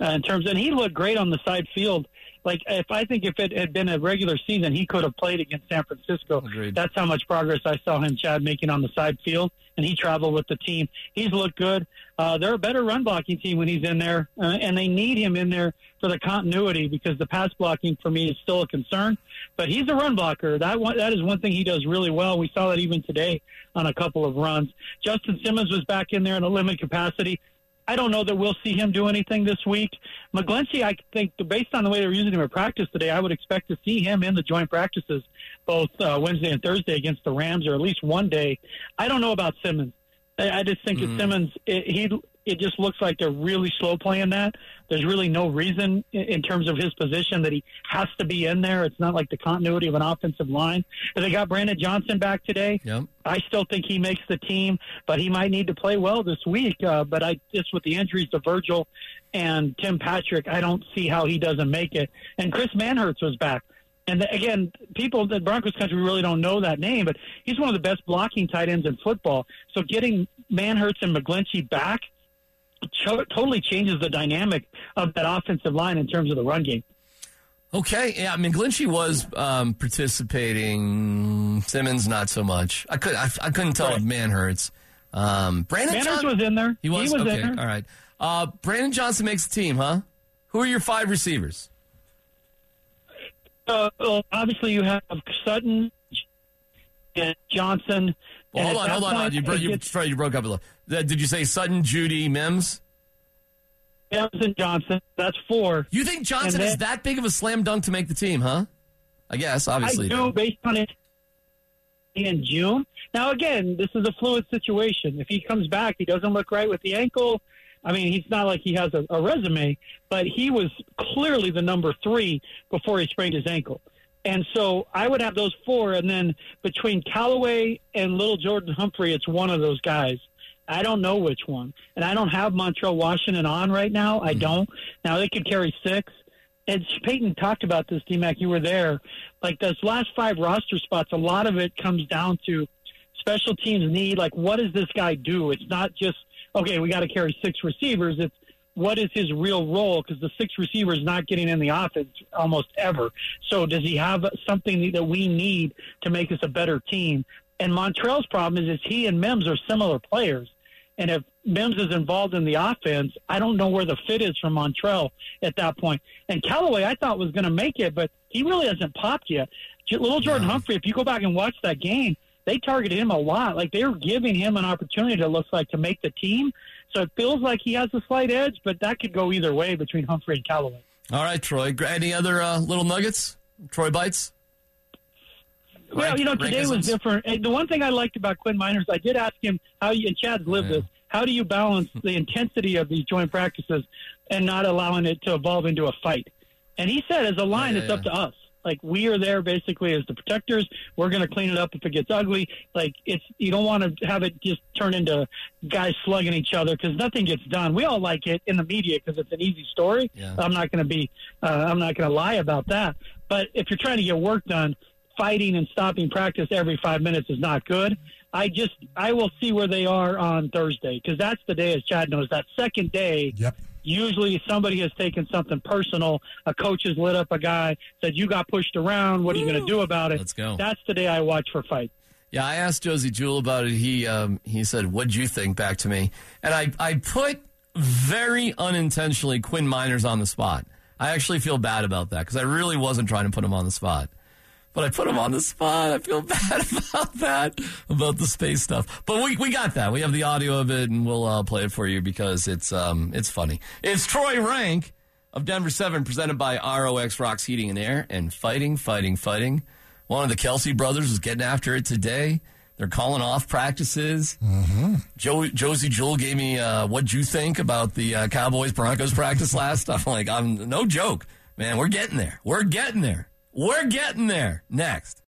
[SPEAKER 9] uh, in terms. And he looked great on the side field. Like if I think if it had been a regular season, he could have played against San Francisco.
[SPEAKER 2] Agreed.
[SPEAKER 9] That's how much progress I saw him, Chad, making on the side field, and he traveled with the team. He's looked good. Uh, they're a better run blocking team when he's in there, uh, and they need him in there for the continuity because the pass blocking for me is still a concern. But he's a run blocker. That one, that is one thing he does really well. We saw that even today on a couple of runs. Justin Simmons was back in there in a limited capacity. I don't know that we'll see him do anything this week. McGlinchey, I think, based on the way they're using him in practice today, I would expect to see him in the joint practices both uh, Wednesday and Thursday against the Rams, or at least one day. I don't know about Simmons. I, I just think that Simmons, it, he it just looks like they're really slow playing that. There's really no reason in, in terms of his position that he has to be in there. It's not like the continuity of an offensive line. But they got Brandon Johnson back today.
[SPEAKER 2] Yep.
[SPEAKER 9] I still think he makes the team, but he might need to play well this week. Uh, but I just with the injuries to Virgil and Tim Patrick, I don't see how he doesn't make it. And Chris Manhertz was back. And the, again, people in Broncos country really don't know that name, but he's one of the best blocking tight ends in football. So getting Manhertz and McGlinchey back cho- totally changes the dynamic of that offensive line in terms of the run game.
[SPEAKER 2] Okay, yeah, I mean, Glinchy was um, participating. Simmons, not so much. I could, I, I couldn't tell if Manhurts. Um, Brandon
[SPEAKER 9] Manhertz
[SPEAKER 2] Johnson-
[SPEAKER 9] was in there.
[SPEAKER 2] He was,
[SPEAKER 9] in
[SPEAKER 2] okay.
[SPEAKER 9] there.
[SPEAKER 2] All right. Uh, Brandon Johnson makes the team, huh? Who are your five receivers?
[SPEAKER 9] Uh, well, obviously, you have Sutton and Johnson.
[SPEAKER 2] Well,
[SPEAKER 9] and
[SPEAKER 2] hold
[SPEAKER 9] at
[SPEAKER 2] on, hold
[SPEAKER 9] that
[SPEAKER 2] on, hold on.
[SPEAKER 9] point,
[SPEAKER 2] You, bro-
[SPEAKER 9] it
[SPEAKER 2] you,
[SPEAKER 9] gets
[SPEAKER 2] sorry, you broke up a little. That- Did you say Sutton, Judy, Mims?
[SPEAKER 9] Johnson and Johnson. That's four.
[SPEAKER 2] You think Johnson
[SPEAKER 9] And then-
[SPEAKER 2] is that big of a slam dunk to make the team, huh? I guess,
[SPEAKER 9] I
[SPEAKER 2] obviously.
[SPEAKER 9] do oh, based on it in June. Now, again, this is a fluid situation. If he comes back, he doesn't look right with the ankle. I mean, he's not like he has a, a resume, but he was clearly the number three before he sprained his ankle. And so I would have those four, and then between Callaway and little Jordan Humphrey, it's one of those guys. I don't know which one, and I don't have Montreal Washington on right now. I don't. Now they could carry six. And Peyton talked about this, D-Mac. You were there. Like those last five roster spots, a lot of it comes down to special teams need. Like, what does this guy do? It's not just okay. We got to carry six receivers. It's what is his real role? Because the six receiver is not getting in the offense almost ever. So does he have something that we need to make us a better team? And Montrell's problem is, is he and Mims are similar players. And if Mims is involved in the offense, I don't know where the fit is for Montrell at that point. And Callaway, I thought was going to make it, but he really hasn't popped yet. J- Little Jordan Humphrey, if you go back and watch that game, they targeted him a lot. Like they were giving him an opportunity to look like to make the team. So it feels like he has a slight edge, but that could go either way between Humphrey and Callaway.
[SPEAKER 2] All right, Troy. Gra- Any other uh, little nuggets? Troy bites?
[SPEAKER 9] Well,
[SPEAKER 2] Rank-
[SPEAKER 9] you know, today
[SPEAKER 2] rankisms?
[SPEAKER 9] was different. And the one thing I liked about Quinn Miners, I did ask him how you, and Chad's lived
[SPEAKER 2] Yeah.
[SPEAKER 9] this, how do you balance the intensity of these joint practices and not allowing it to evolve into a fight? And he said, as a line,
[SPEAKER 2] yeah,
[SPEAKER 9] it's up
[SPEAKER 2] yeah.
[SPEAKER 9] to us. Like we are there basically as the protectors. We're going to clean it up if it gets ugly. Like it's you don't want to have it just turn into guys slugging each other because nothing gets done. We all like it in the media because it's an easy story. I'm not going to be uh, I'm not going to lie about that. But if you're trying to get work done, fighting and stopping practice every five minutes is not good. I just I will see where they are on Thursday because that's the day, as Chad knows, that second day
[SPEAKER 4] Yep.
[SPEAKER 9] usually somebody has taken something personal. A coach has lit up a guy, said, You got pushed around. What are you going to do about it?
[SPEAKER 2] Let's go.
[SPEAKER 9] That's the day I watch for fight.
[SPEAKER 2] Yeah, I asked Josie Jewell about it. He um, he said, "What'd you think?" Back to me, and I I put very unintentionally Quinn Miners on the spot. I actually feel bad about that because I really wasn't trying to put him on the spot, but I put him on the spot. I feel bad about that about the space stuff. But we we got that. We have the audio of it, and we'll uh, play it for you because it's um it's funny. It's Troy Rank of Denver Seven, presented by ROX Rocks Heating and Air, and fighting, fighting, fighting. One of the Kelsey brothers is getting after it today. They're calling off practices. Mm-hmm. Jo- Josie Jewell gave me uh, what you think about the uh, Cowboys Broncos practice last. I'm like, I'm no joke, man. We're getting there. We're getting there. We're getting there. Next.